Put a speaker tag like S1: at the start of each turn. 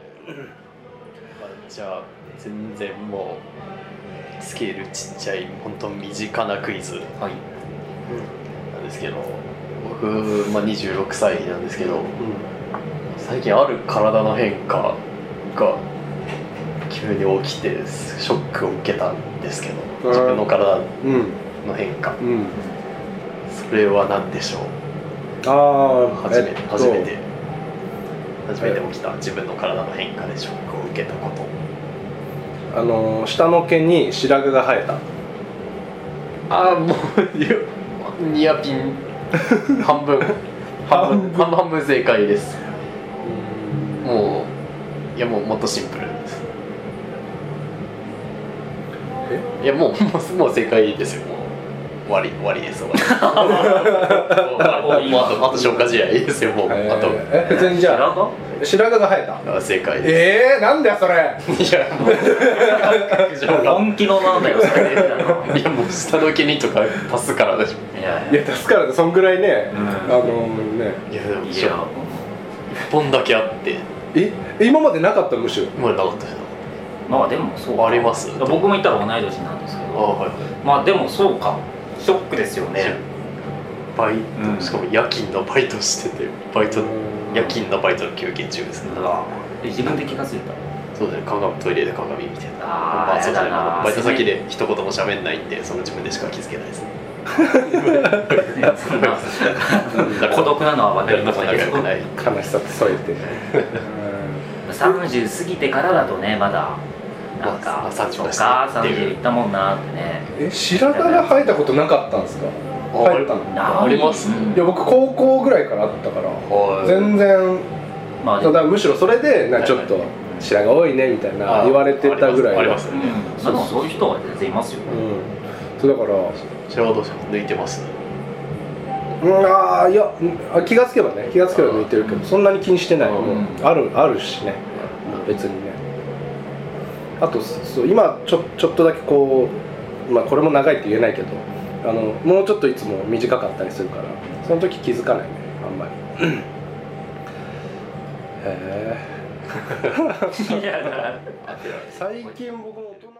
S1: まあじゃあ全然もうスケールちっちゃい本当身近なクイズ
S2: はい
S1: なんですけど僕、まあ、26歳なんですけど最近ある体の変化が急に起きてショックを受けたんですけど
S3: うん
S1: 自分の体
S3: うんうん
S1: の変化
S3: うん
S1: それは何でしょう
S3: ああ
S1: 初めて、
S3: えっと
S1: 初めて初めて起きた自分の体の変化でショックを受けたこと
S3: あのー下の毛に白髪が生えた
S1: ああもうニアニアピン半分半分半半分正解ですもういやもうもっとシンプルですいやもうもうもう正解ですよもう終わり終わりです終わりですもうあともうあとあと消化試合ですよもう、
S3: え
S1: あと
S3: ーえ別にじゃ
S2: 白
S3: あ白髪が生えた
S1: あ正解で
S3: ええー、なんだよそれ
S1: すいやもう確証
S2: 髪
S1: が
S2: 本気のなんだよそれ
S1: いやもう下の毛にとか足すからでしょ
S2: いや
S3: いや助からそんぐらいね、
S2: うん
S3: あのーね
S1: いやでも
S2: い
S1: 一
S2: や
S1: 本だけあって
S3: え今までなかったむしろ
S1: もうなかったじ
S2: まあでもそうか
S1: あります
S2: 僕も言ったら同い年なんですけ
S1: あ
S2: ど
S1: はい
S2: まあでもそうかショックですよね
S1: バイト、
S2: うん
S1: しかも夜勤のバイトしててバイト夜勤のバイトの休憩中ですね
S2: だからえ自分で気が付いた
S1: そうだね鏡トイレで鏡見てた
S2: あ
S1: ま
S2: ー
S1: あそうだね
S2: やだな
S1: バイト先で一言も喋んないんでその自分でしか気づけないです ね
S2: そんな孤独なのは分か
S1: 誰
S2: り
S1: と
S2: まし
S1: も
S2: たけ
S1: 仲良
S2: ど
S1: くない
S3: 悲しさって添え て
S2: 30過ぎてからだとねまだ
S1: まあ
S2: なん
S1: ま
S2: か
S1: あ
S2: そ
S1: 30
S2: っ
S1: だし
S2: か
S1: っていう
S2: 30いったもんなってね
S3: え白髪が生えたことなかったんですか生えたの
S2: な
S1: あ
S2: い
S1: ります
S2: うん
S3: いや僕高校ぐらいからあったから
S1: はい
S3: 全然
S2: まあで
S3: た
S2: も
S3: だむしろそれでなんかちょっと
S1: はい
S3: 白髪多いねみたいな
S1: あ
S3: 言われてたぐらい
S1: あります
S2: う
S1: ありますね
S2: んまあでもそういう人は全然いますよ
S3: う
S2: ね
S3: んそうだから
S1: それはどうします抜いてます
S3: うんああいやうんあ気がつけばね気がつけば抜いてるけ
S2: うん
S3: どそんなに気にしてない、
S1: うん
S3: うんあるあるしね別にねあとそう今ちょちょっとだけこうまあこれも長いって言えないけどあのもうちょっといつも短かったりするからその時気づかないねあんまりへえ
S2: いやだから
S3: 最近僕も大人